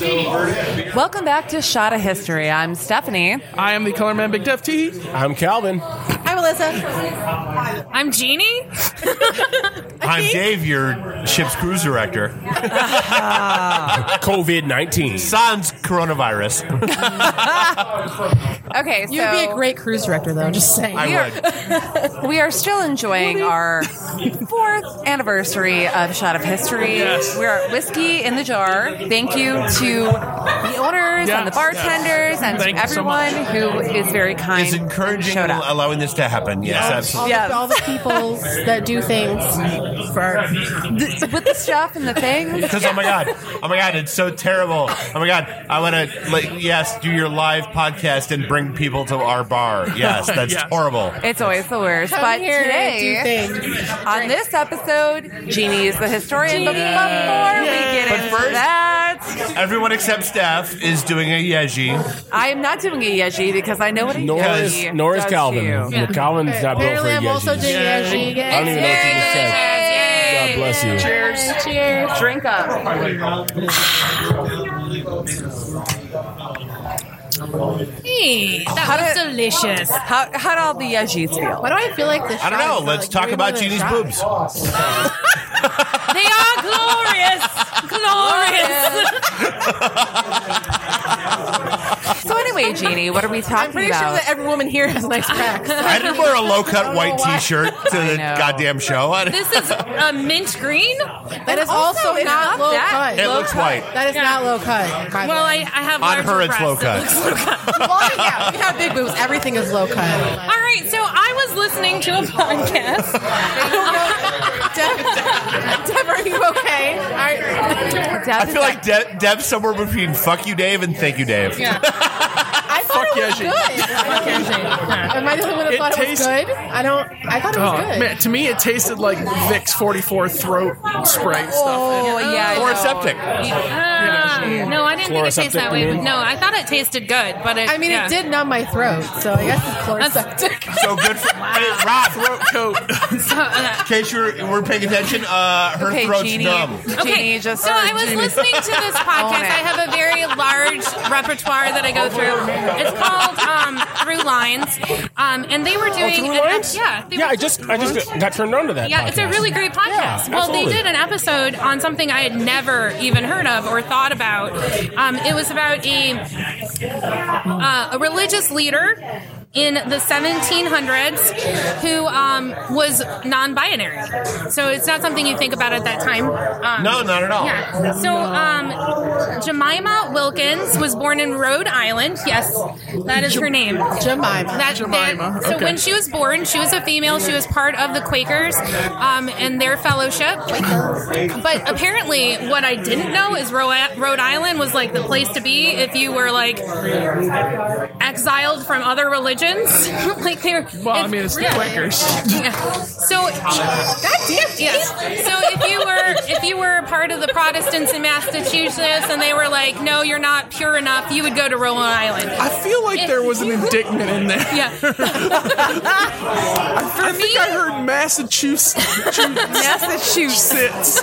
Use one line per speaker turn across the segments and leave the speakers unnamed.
Welcome back to Shot of History. I'm Stephanie.
I am the color man, Big Def T.
I'm Calvin.
Hi, Melissa.
I'm Jeannie.
I'm Dave, your ship's cruise director. COVID 19. Sans coronavirus.
Okay,
You'd be a
so
great cruise director, though. Just saying.
I
Here.
would.
we are still enjoying our fourth anniversary of Shot of History.
Yes.
We're at Whiskey in the Jar. Thank you to the owners and the
Yes,
bartenders and
Thank
to
you so much.
everyone who is very kind.
It's
and
encouraging
showed up.
allowing this to happen. Yes, absolutely.
all,
Yes.
the, all the peoples that do things for
Th- with the stuff and the things.
Because, oh my God. Oh my God, it's so terrible. Oh my God. I want to, like, yes, do your live podcast and bring people to our bar. Yes, that's
Yes.
horrible.
It's always the worst.
come
but
here
today,
and do things.
on this episode, Jeannie is the historian. But before we get
But
into
first-
that,
Everyone except staff is doing a yeji.
I am not doing a yeji because I know what a
Nor
yeji
is, nor is
does
Calvin.
to you.
Yeah, Calvin's not built for
Apparently,
a
I'm also
Yeti.
doing
Yeah.
Yeji again.
I don't even know what you just said. God bless you.
Cheers. Cheers.
Drink up.
Hey, that
How
was
did-
delicious.
How how'd all the yejis feel?
Why do I feel like this?
I don't know. Let's talk about Jeannie's boobs.
They are glorious. glorious.
So anyway, Jeannie, what are we talking
I'm pretty
about?
sure that every woman here has nice cracks.
I didn't wear a low cut white t shirt to the
know.
goddamn show. I
This is uh, mint green.
That is also,
also, it's not
not low
that.
cut.
It looks white.
That is not low cut. by the
Well,
way.
I, I have
On
larger
her, it's
breasts.
low cut.
It looks low cut.
Well, yeah, we have big boobs. Everything is low cut.
All right, so I was listening to a podcast.
Deb, Deb, are you okay? I,
Deb
I
is
feel like De- Dev's somewhere between fuck you, Dave, and thank you, Dave.
I thought it was
Yeji.
good. Am I the only one that
It
thought it was
tastes- Oh,
good? I don't. I thought it was good.
Uh, man, to me, it tasted like Vicks 44 throat spray stuff.
Oh yeah, I know.
Chloroseptic.
Um, no, I didn't think it tasted
Chloroseptic,
that
you
way.
mean?
No, I thought it tasted good, but it,
I mean,
yeah.
it did numb my throat, so I guess it's chloroseptic.
So good for hey, Rob.
Throat coat.
So, uh,
In case you were, were paying attention, uh, her
Okay,
throat's
Jeannie.
numb.
Okay,
Jeannie just
so
or
I was
Jeannie.
listening to this
Own it.
podcast. I have a very large repertoire that I go through. It's called um, Through Lines, um, and they were doing
Through
an-
Lines?
yeah, they
Yeah,
were-
I just I just got turned on to that.
Yeah, it's a
podcast.
really great podcast.
Yeah,
well, they
absolutely.
did an episode on something I had never even heard of or thought about. Um, it was about a uh, a religious leader in the 1700s who um, was non-binary. So it's not something you think about at that time. Um,
No, not at all.
yeah. So, um, Jemima Wilkins was born in Rhode Island. Yes, that is her name.
Jemima.
That,
Jemima,
that- so
okay.
when she was born, she was a female. She was part of the Quakers um, and their fellowship. But apparently, what I didn't know is Ro- Rhode Island was like the place to be if you were like exiled from other religions. like they were.
Well, I mean, it's the
yeah.
Quakers.
Yeah. So Yes. So if you were if you were part of the Protestants in Massachusetts and they were like, no, you're not pure enough, you would go to Rhode Island.
I feel like there was an indictment in there.
Yeah.
I think I heard Massachusetts.
Massachusetts,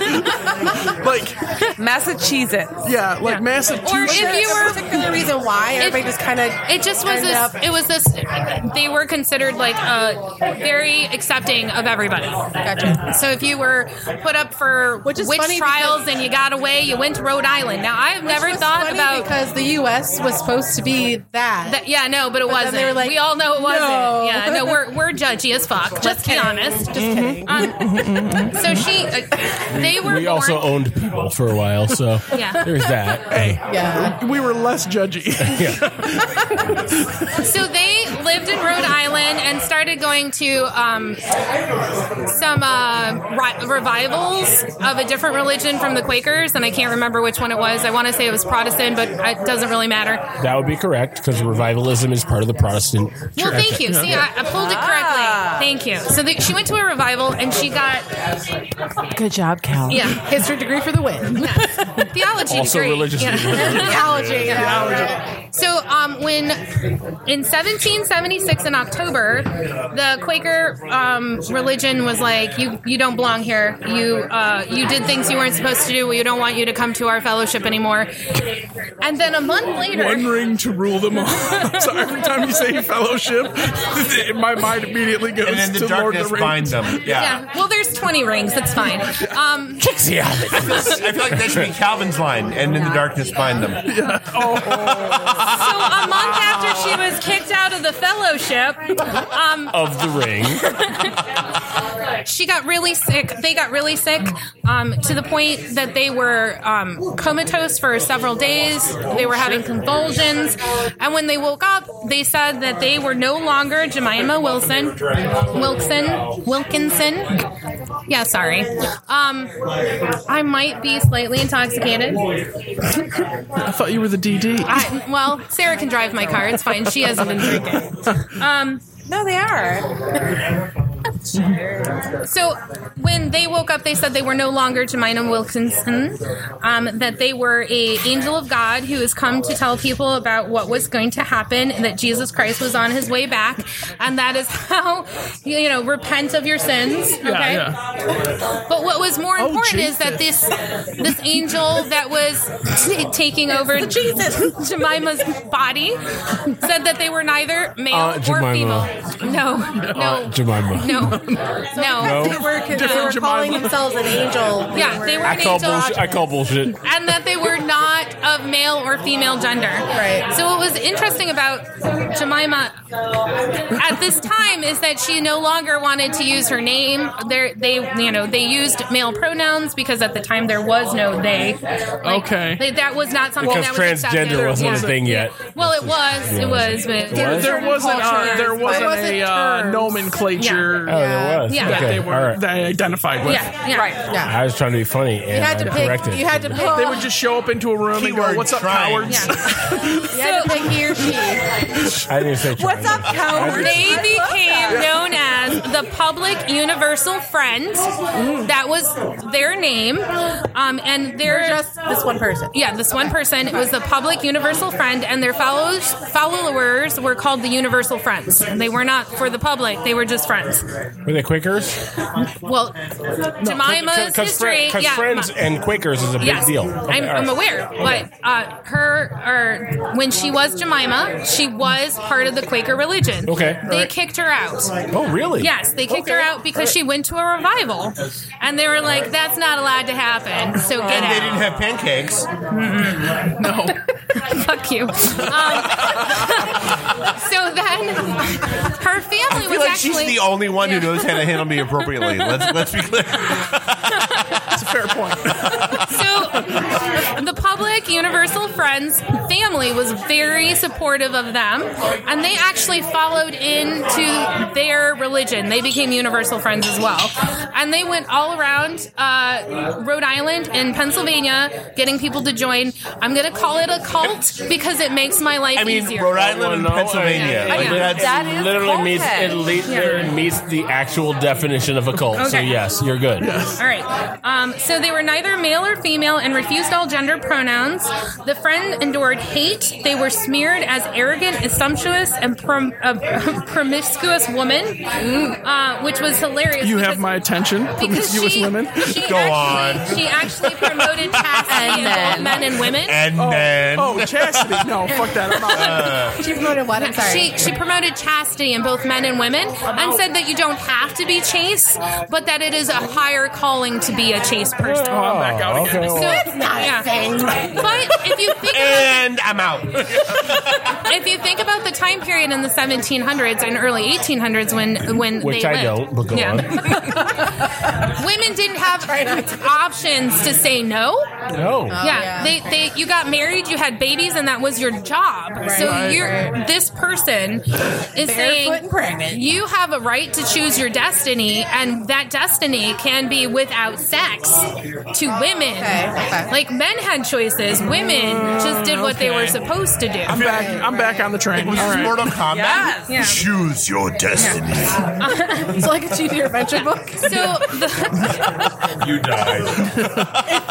like,
Massachusetts.
yeah, like Massachusetts.
Or if you
There's a
were
particular reason why everybody just kind of.
It just was
Turned
this.
up.
It was this. They were considered like uh, very accepting of everybody.
Gotcha.
So if you were put up for
Which is
witch
funny
trials and you got away, you went to Rhode Island. Now I have never
It's
thought
funny
about
because the U.S. was supposed to be that.
that. Yeah, no, but it
then
wasn't.
they were like,
we all know it wasn't.
"No."
Yeah, no, we're we're judgy as fuck. let's be
kidding.
honest.
Just
Mm-hmm.
kidding.
Um, so she, uh, they were.
We also
born-
owned people for a while, so
Yeah.
there's that. Hey,
Yeah.
we were less judgy.
So they lived in Rhode Island and started going to um, some uh, ri- revivals of a different religion from the Quakers, and I can't remember which one it was. I want to say it was Protestant, but it doesn't really matter.
That would be correct because revivalism is part of the Protestant.
Well, thank you. See, I, I pulled it correctly. Thank you. So the, she went to a revival and she got
Good job, Cal.
yeah
History degree for the win.
theology
Also
degree.
religious
Yeah.
Theology. Yeah, right.
So, um, when in 1776 in October, the Quaker um, religion was like, you you don't belong here. You uh, you did things you weren't supposed to do. We don't want you to come to our fellowship anymore. And then a month later,
One ring to rule them all. so every time you say fellowship, my mind immediately goes
and in the
to Lord
darkness
of the Rings.
bind them. Yeah.
yeah. Well, there's 20 rings. That's fine. Um,
I feel like that should be Calvin's line. And in the darkness bind them.
so a month after she was kicked out of the fellowship, um,
Of the ring.
she got really sick. They got really sick um, to the point that they were um, comatose for several days. They were having convulsions. And when they woke up, they said that they were no longer Jemima Wilson, Wilson, Wilkinson. Yeah, sorry. Um, I might be slightly intoxicated.
I thought you were the DD.
I, well, Sarah can drive my car. It's fine. She hasn't been drinking. Um,
No, they are.
So when they woke up, they said they were no longer Jemima Wilkinson, um, that they were a angel of God who has come to tell people about what was going to happen, and that Jesus Christ was on his way back, and that is how you know repent of your sins. Okay.
yeah.
But what was
Oh,
more important
Jesus.
is that this this angel that was t- taking over Jesus Jemima's body said that they were neither male
Aunt
or
Uh, Jemima. Uh,
female. No, no,
Jemima.
no, no.
They were, they
Different
were calling
Jemima.
themselves an angel.
Yeah, they were
I
an
call
angel,
bullshit. I call bullshit.
and that they were not of male or female gender.
Right.
So what was interesting about Jemima at this time is that she no longer wanted to use her name. There, they, you know, they used male pronouns because at the time there was no they. Like,
Okay.
they- that was not something
Because
that was
transgender
accepted.
wasn't a
Yeah.
thing yet.
Well, it was. It was, but
was?
There wasn't uh, there wasn't
wasn't
a uh,
terms.
nomenclature
Oh, there was.
Yeah.
that
Okay.
they were
All right.
they identified with.
yeah, yeah,
Right.
Yeah.
I was trying to be funny and
You had to
I corrected.
pick. You had to pick.
They would just show up into a room and go,
Keyword
"What's up,
trying.
Howard?"
Yeah.
You had to pick he or she.
I didn't say
What's up, Cal?
triangle.
They became known as the Public Universal Friend.
Mm.
That was their name, um, and they're
Just this one person.
yeah. This one person was the Public Universal Friend, and their follows followers were called the Universal Friends. They were not for the public; they were just friends.
Were they Quakers?
Well, Jemima's history,
Because
yeah,
friends
my-
and Quakers is a big
Yes,
deal.
I'm, I'm aware. But uh, her, or when she was Jemima, she was part of the Quaker religion.
Okay,
They
alright.
kicked her out.
Oh, really?
Yes, they kicked her out because she went to a revival, and they were like, "That's not allowed to happen." So get
And they didn't
out.
have pancakes.
Fuck you. Um, so then, her
I
family was
feel like
actually
she's the only one who knows how to handle me appropriately. Let's let's be clear.
That's a fair point.
so the public universal friends family was very supportive of them and they actually followed into their religion they became universal friends as well and they went all around uh, rhode island and pennsylvania getting people to join i'm going to call it a cult because it makes my life
I mean,
easier
Rhode Island and
Well, Oh, no,
Pennsylvania.
I-
Like,
Yeah.
that's-
That is
literally meets
cultish.
it le- there meets the actual definition of a cult. So
Okay.
yes, you're good.
All right. Um, so they were neither male or female and refused all gender pronouns. The friend endured hate. They were smeared as arrogant, sumptuous, and prom- uh, promiscuous woman, uh, which was hilarious.
You have
because-
my attention,
because
promiscuous
she,
women.
She
Go
actually,
on.
She actually promoted chastity
And
in both
then-
men and women.
and then
Oh, chastity. No, fuck that. I'm not.
She promoted what? I'm sorry.
She, she promoted chastity in both men and women and said that you don't have to be chaste, but that it is a higher calling to be a chaste person.
Oh, I'm back out again.
okay.
So,
well,
yeah. But if you think
Eh.
about,
and I'm out.
if you think about the time period in the 1700s and early 1800s when when
Which
they
I
lived,
don't, but go
Yeah.
on.
women didn't have options to say no.
No.
yeah,
yeah.
They, they you got married, you had babies, and that was your job. So you're this person is
Barefoot
saying
and pregnant.
you have a right to choose your destiny, and that destiny can be without sex to women.
okay.
Like men had choices, women just did what they were supposed to do.
I'm back. I'm back on the train. All
Was this
right.
Mortal Kombat?
Yes.
Yeah.
Choose your destiny.
It's like a cheating adventure book.
So the,
You die.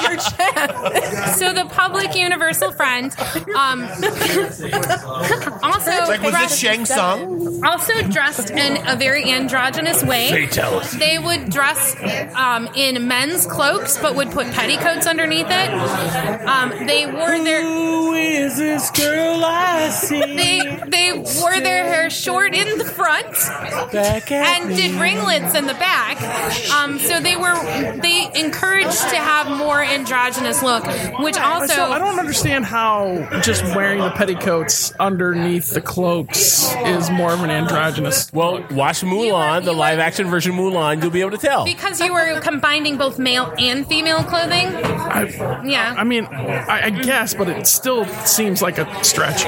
Your chance.
so the public universal friend um, also
Like, was this
dressed-
Shang Tsung?
also dressed in a very androgynous way.
Fatality.
They would dress um, in men's cloaks, but would put petticoats underneath it. Um, they wore their
Who is this girl I see
they they wore their hair short in the front
back at
and did ringlets in the back. Um, so they were they encouraged to have more androgynous look, which also
So I don't understand how just wearing the petticoats underneath the cloaks is more of an androgynous.
Well, watch Mulan,
you
the
were-
live action version Mulan. You'll be able to tell.
because you were combining both male and female clothing. yeah.
I mean, I, I guess, but it still seems like a stretch.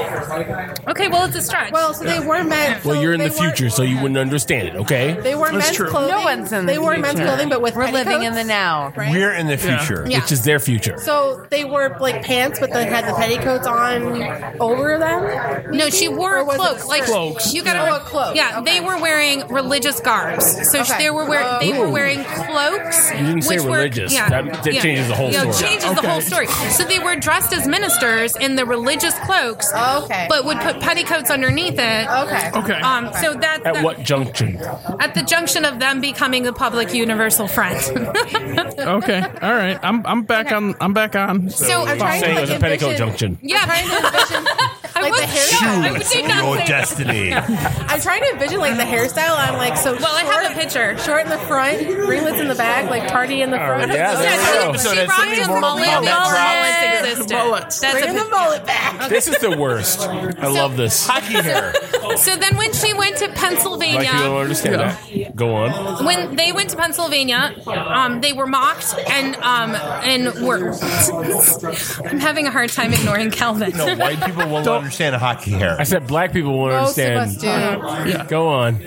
okay. Well, it's a stretch.
Well, so they were men.
Well,
so
you're in
they
the future,
were-
so you wouldn't understand it. Okay.
They were
That's
men's
true.
clothing.
No one's in the
They were men's
future.
clothing, but with
We're living in the
petticoats,
now.
Right?
We're in the future.
Yeah.
Which is their future.
so they wore like pants, but they had the petticoats on over them.
No, she wore a
Or was it
cloak.
a
Like
Cloaks.
You gotta
Oh,
re-
a cloak.
Yeah,
Okay.
they were wearing religious garbs. So
Okay.
they were wearing they were
Ooh.
wearing cloaks.
You didn't say
which were-
religious. That- that changes the whole
yeah,
story.
Changes the whole story. So they were dressed as ministers in the religious cloaks.
Okay.
But would put petticoats underneath it.
Okay.
Okay.
Um, so that,
At
that-
what junction?
at the junction of them becoming a public universal friend.
Okay. All right. I'm I'm back on. I'm back on.
so
I'm trying
Say it
to
was a
like
petticoat
envision-
junction.
yeah,
Trying to envision,
I
like
was
the hairstyle.
I would do not say that.
destiny.
I'm trying to envision like the hairstyle. I'm like so.
Well, I have a
short-
picture.
Short in the front, ringlets in the back, like tardy in the front.
yeah, there
Oh, Yeah,
we
she-
So
go.
she
that's
rocked
something
his
more
mullet
about that
while
drop.
mullets existed.
Mullets.
That's
Bring
a
the mullet back.
This is the worst. I love this. Like
Hockey hair.
So then when she went to
you don't
Pennsylvania,
understand that. Go on.
when they went to Pennsylvania, um, they were mocked and um, and were. I'm having a hard time ignoring Calvin.
No, white people won't understand hockey hair.
I said black people won't
Most of us
understand.
do.
Go on.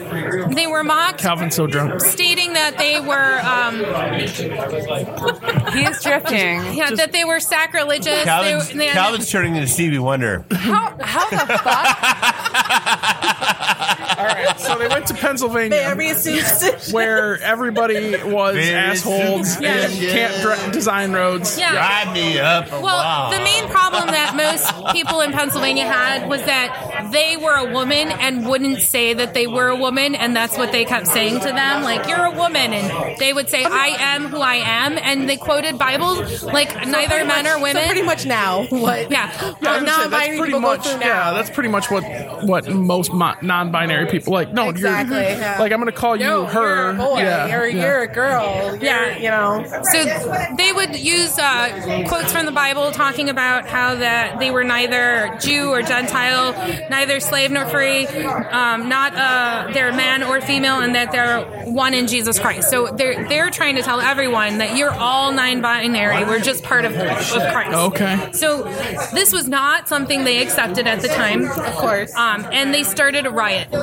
they were mocked,
Calvin's so drunk.
stating that they were um,
He is drifting.
yeah, that they were sacrilegious.
Calvin's,
they, they-
Calvin's turning into Stevie Wonder.
How, how the fuck?
All right. So they went to Pennsylvania.
Very suits.
Where everybody was
Very
assholes
soon.
and
Yeah.
can't dre- design roads.
yeah.
Drive me up. a
Well,
wall.
the main problem that most people in Pennsylvania had was that they were a woman and wouldn't say that they were a woman, and that's what they kept saying to them, like "You're a woman," and they would say, "I am who I am," and they quoted Bibles like neither men
So
or
pretty
women.
much now, what?
Yeah,
Yeah,
I
Um,
would say
non-binary
that's pretty
people go
much
through
yeah,
now.
that's pretty much what what most mo- non-binary people like. No,
Exactly,
Oh, you're,
yeah.
like I'm gonna call you
Yo,
her.
you're a boy,
yeah,
or
yeah.
you're a girl. You're,
Yeah.
you know.
So they would use uh, quotes from the Bible talking about how that they were neither Jew or Gentile, neither slave nor free, um, not uh, they're man or female, and that they're one in Jesus Christ. So they're they're trying to tell everyone that you're all nine-binary. We're just part of, of Christ.
Okay.
So this was not something they accepted at the time, of course. Um, and they started a riot.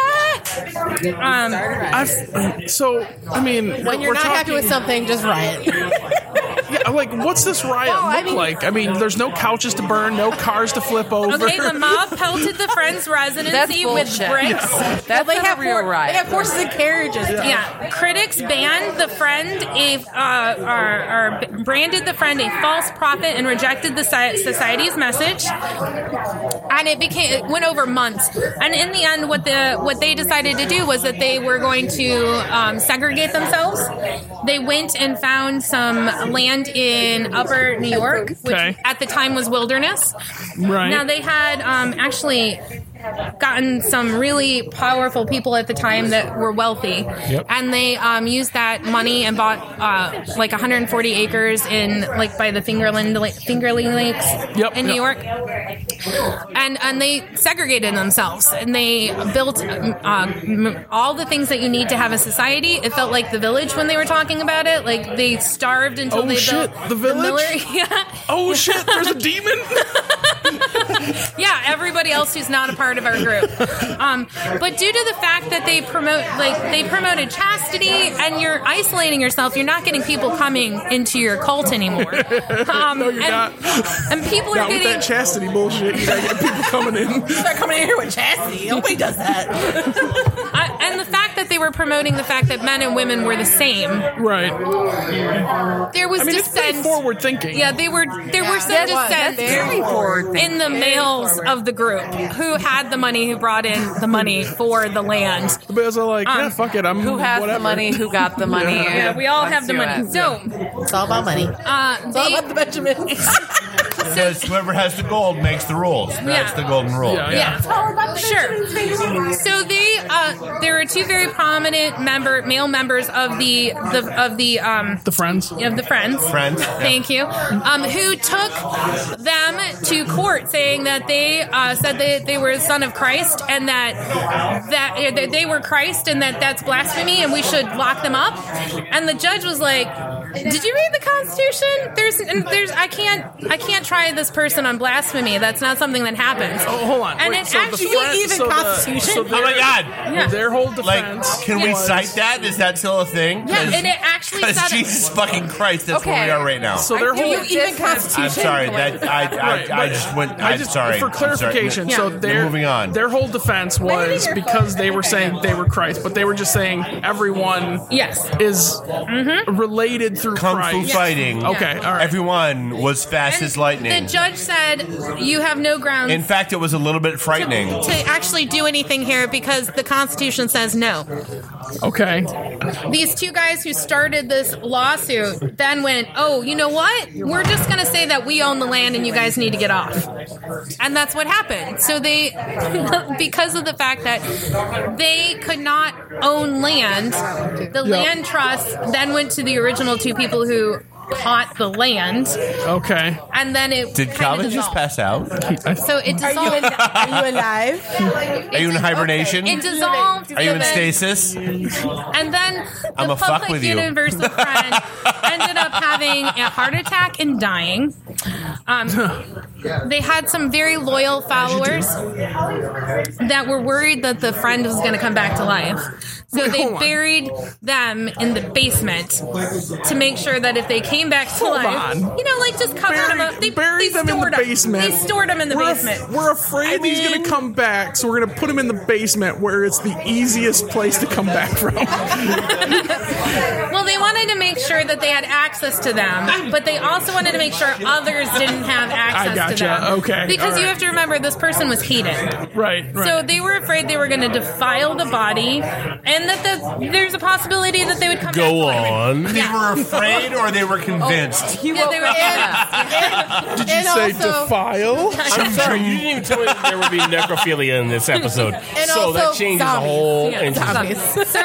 Riot. Um,
I've, so I mean,
When you're
we're
not
talking,
happy with something, just riot.
yeah, like what's this riot
Well,
look
I mean-
like? I mean, there's no couches to burn, no cars to flip over.
Okay, the mob pelted the friend's residency with
bullshit.
bricks.
That's
they
a
have
real
hor-
riot.
They have horses and carriages. Yeah.
Yeah, critics banned the friend a uh, or, or branded the friend a false prophet and rejected the soci- society's message. And it became it went over months. And in the end, what the what they decided to do was that they were going to um, segregate themselves. They went and found some land in Upper New York, which
Okay.
at the time was wilderness.
Right.
Now they had um, actually gotten some really powerful people at the time that were wealthy,
Yep.
and they um, used that money and bought uh, like 140 acres in like by the Fingerland Fingerling Lakes
Yep,
in New
yep.
York, and and they segregated themselves and they built um, um, all the things that you need to have a society. It felt like the village when they were talking about it. Like they starved until
Oh,
they
shit,
built
The Village?
miller- yeah.
Oh shit, there's a demon?
Yeah, everybody else who's not a part of our group. Um, but due to the fact that they promote, like, they promoted chastity and you're isolating yourself, you're not getting people coming into your cult anymore. Um,
No, you're
and,
not.
And people are
Not with
getting.
that chastity bullshit. You gotta get people coming in.
Start coming in here with chastity. Nobody does that.
I- and the fact that they were promoting the fact that men and women were the same,
Right.
there was
I mean, it's pretty
dissent.
forward thinking.
Yeah, they were. There were some
That was- that's
dissent
very forward thinking.
in the males of the group who had the money, who brought in the money for the land.
The bears are like, yeah,
Um,
fuck it. I'm
Who has
whatever.
the money? Who got the money?
Yeah, we all
Let's
have the
do
money.
it.
So,
It's all about money. It's
uh,
all
they,
about the Benjamins.
Because whoever has the gold makes the rules. That's
Yeah.
the golden rule.
Yeah,
yeah. Sure. So they, uh, there are two very prominent member, male members of the, the of the um,
The friends.
of the Friends.
Friends.
Thank you. Um, who took them to court, saying that they uh, said that they were the son of Christ and that that, eh, that they were Christ and that that's blasphemy and we should lock them up. And the judge was like, "Did you read the Constitution? There's and there's I can't I can't try this person on blasphemy. That's not something that happens."
Oh, hold on.
And
Wait,
it
so the
actually
friends-
even
so the-
Constitution.
so
Oh my
their-
God.
Yeah.
Their whole
Like,
defense.
can we
was-
cite that? Is that still a thing?
yeah, and it actually
Because
said
Jesus fucking Christ, that's where
Okay.
we are right now.
So their
I feel
whole
you
even
different.
constitution.
I'm sorry. That I I,
Right,
I,
but
just went. I'm
I just
sorry.
for
I'm sorry.
clarification.
Yeah.
So
We're
their
moving on.
Their whole defense was because they were saying they were Christ, but they were just saying everyone
Yes. Mm-hmm.
is related through
Kung
Christ.
fu fighting.
Okay, all right.
Everyone was fast
And
as lightning.
The judge said, "You have no grounds."
In fact, it was a little bit
to,
frightening.
to actually do anything here because the Constitution says no.
Okay,
These two guys who started this lawsuit then went, oh, you know what? We're just going to say that we own the land and you guys need to get off. And that's what happened. So they, because of the fact that they could not own land, the land trust then went to the original two people who bought the land
okay.
and then it
Did
kinda
Calvin just
dissolved.
pass out?
so it
Are you,
dissolved
are you alive?
Are you in hibernation?
it dissolved
Are you in
so then-
stasis?
And then the
I'm a fuck
public
with you.
universal friend ended up having a heart attack and dying. Um, they had some very loyal followers that were worried that the friend was going to come back to life. So they buried them in the basement to make sure that if they came back to life,
on.
you know, like just cover them up. They
buried
they
them in the
stored
basement.
They stored them in the
we're af-
basement.
we're afraid he's going to come back, so we're going to put him in the basement where it's the easiest place to come back from.
Well, they wanted to make sure that they had access to them, but they also wanted to make sure others didn't have access
I
to
gotcha.
them.
Okay.
Because
All
you
right.
have to remember, this person was heated.
right, right.
So they were afraid they were going to defile the body, and that the, there's a possibility that they would come.
Go
back to life.
on.
They were afraid or they
Oh,
were convinced.
He
Yeah,
woke
they were-
up.
Did you
and
say
also-
defile?
I'm sorry, you didn't even tell me that there would be necrophilia in this episode. so that
also
changes
zombies.
the whole.
Yeah,
interest.
Zombies.
So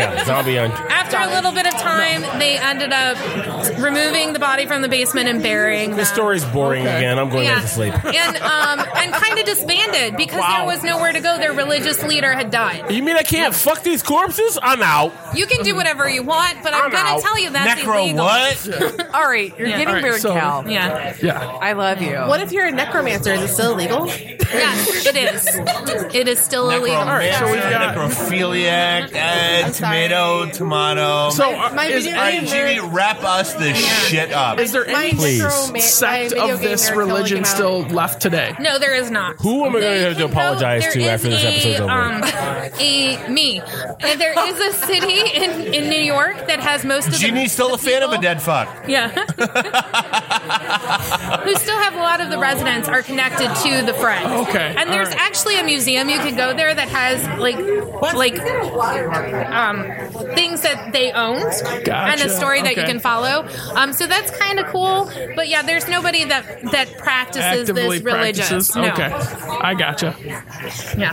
yeah, zombie on.
after a little bit of time, they ended up removing the body from the basement and burying.
This
them.
story's boring again. I'm going
Yeah.
back to sleep.
and um, and kind of disbanded because there was nowhere to go. Their religious leader had died.
You mean I can't fuck these corpses? I'm out.
You can do whatever you want, but I'm,
I'm
gonna
out.
tell you that's
Necro
illegal.
what?
All right, you're
Yeah.
getting
All right,
weird,
so-
Cal.
Yeah,
yeah.
I love you.
What if you're a necromancer? Is it still illegal?
yeah, it is. It is still illegal.
so we've got-
necrophiliac, uh, tomato, tomato.
So uh,
My
is,
video
All right, Jimmy, wrap us this shit up.
is there
My
any
necroma- my
sect
video
of
game
this
nerd totally
religion
came out.
still left today?
No, there is not.
Who am I
They
gonna have to
can
apologize to
there
after
is
this episode's
a,
over?
Um, a me. And There is a city in, in New York that has most of the.
Ginny's still
the
a fan of a
people-
dead fuck.
Yeah. who still have a lot of the residents are connected to the Friends.
Okay,
And there's
alright.
actually a museum you can go there that has like like um, things that they owned and
Gotcha,
a story that you
okay.
can follow. Um, so that's kind of cool. But yeah, there's nobody that that practices
Actively
this religion.
practices.
No.
Okay, I gotcha.
Yeah.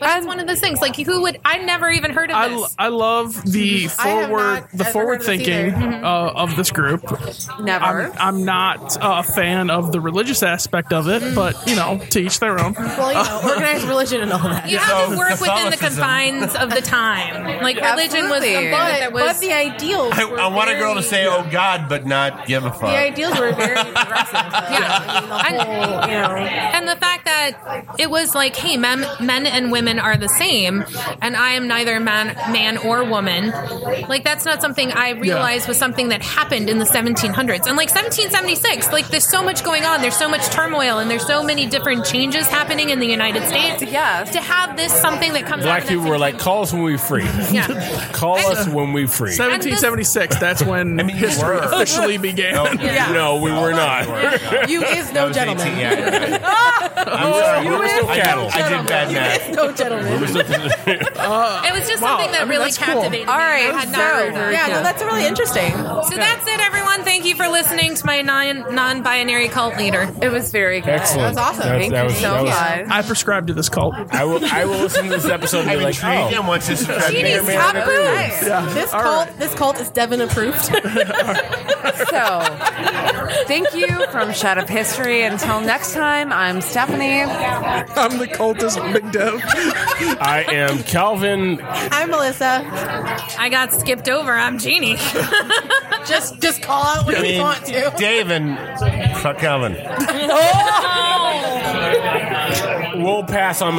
But
Um,
that's one of those things. Like who would I never even heard
I,
of this.
l- I love the
I have
forward
not
the
ever
forward
heard of this
thinking
either.
uh, of this group.
Never.
I'm, I'm not a fan of the religious aspect of it, but you know, to each their own.
Well, you know, organized religion and all that.
you have to
So,
work within the
Catholicism.
confines of the time. Like religion was
Absolutely.
something
But,
that was
but the ideals.
I,
were
I want a girl to
very-
say, "Oh God," but not give a fuck.
The ideals were very progressive.
Yeah.
I mean, the whole, you know.
And the fact that it was like, hey, men, men and women are the same, and I am neither man, man or woman. Like that's not something I realized was something that happened in the 1700s and like 1776. Like there's so much going on, there's so much turmoil, and there's so many different changes happening in the United States.
Yes.
To have this something that comes
Black
out of
people were like, call us when we free.
yeah.
Call us when we free.
1776. That's when
mean, you
history
were.
officially began.
No,
No, we were not.
You is
I
no
was
gentleman.
18. Yeah, yeah, yeah. I'm sorry.
Oh, you were still
I did-
cattle.
I did bad math.
No gentleman.
It was just
Wow,
something that
I mean,
really
that's cool.
captivated me.
All right,
I had not heard
so
of.
Yeah, no, that's really interesting.
So that's it, everyone. Thank you for listening to my non non binary cult leader.
it was very good.
Excellent.
That was awesome.
That's-
Thank
that
you
was-
so
that was-
much.
I prescribe to this cult.
I will. I will listen to this episode and
I'm
be like,
intrigued
oh,
and want to subscribe.
Jeannie,
Mayor, Mayor,
stop
Mayor.
it. This
All
cult, this cult is Devin approved.
So, thank you from Shot of History. Until next time, I'm Stephanie.
I'm the cultist Big Dev.
"Oh, I am Calvin.
I'm Melissa.
I got skipped over. I'm Jeannie.
Just, just call out what
I
you want
mean,
to.
Dave and fuck Calvin.
We'll pass on.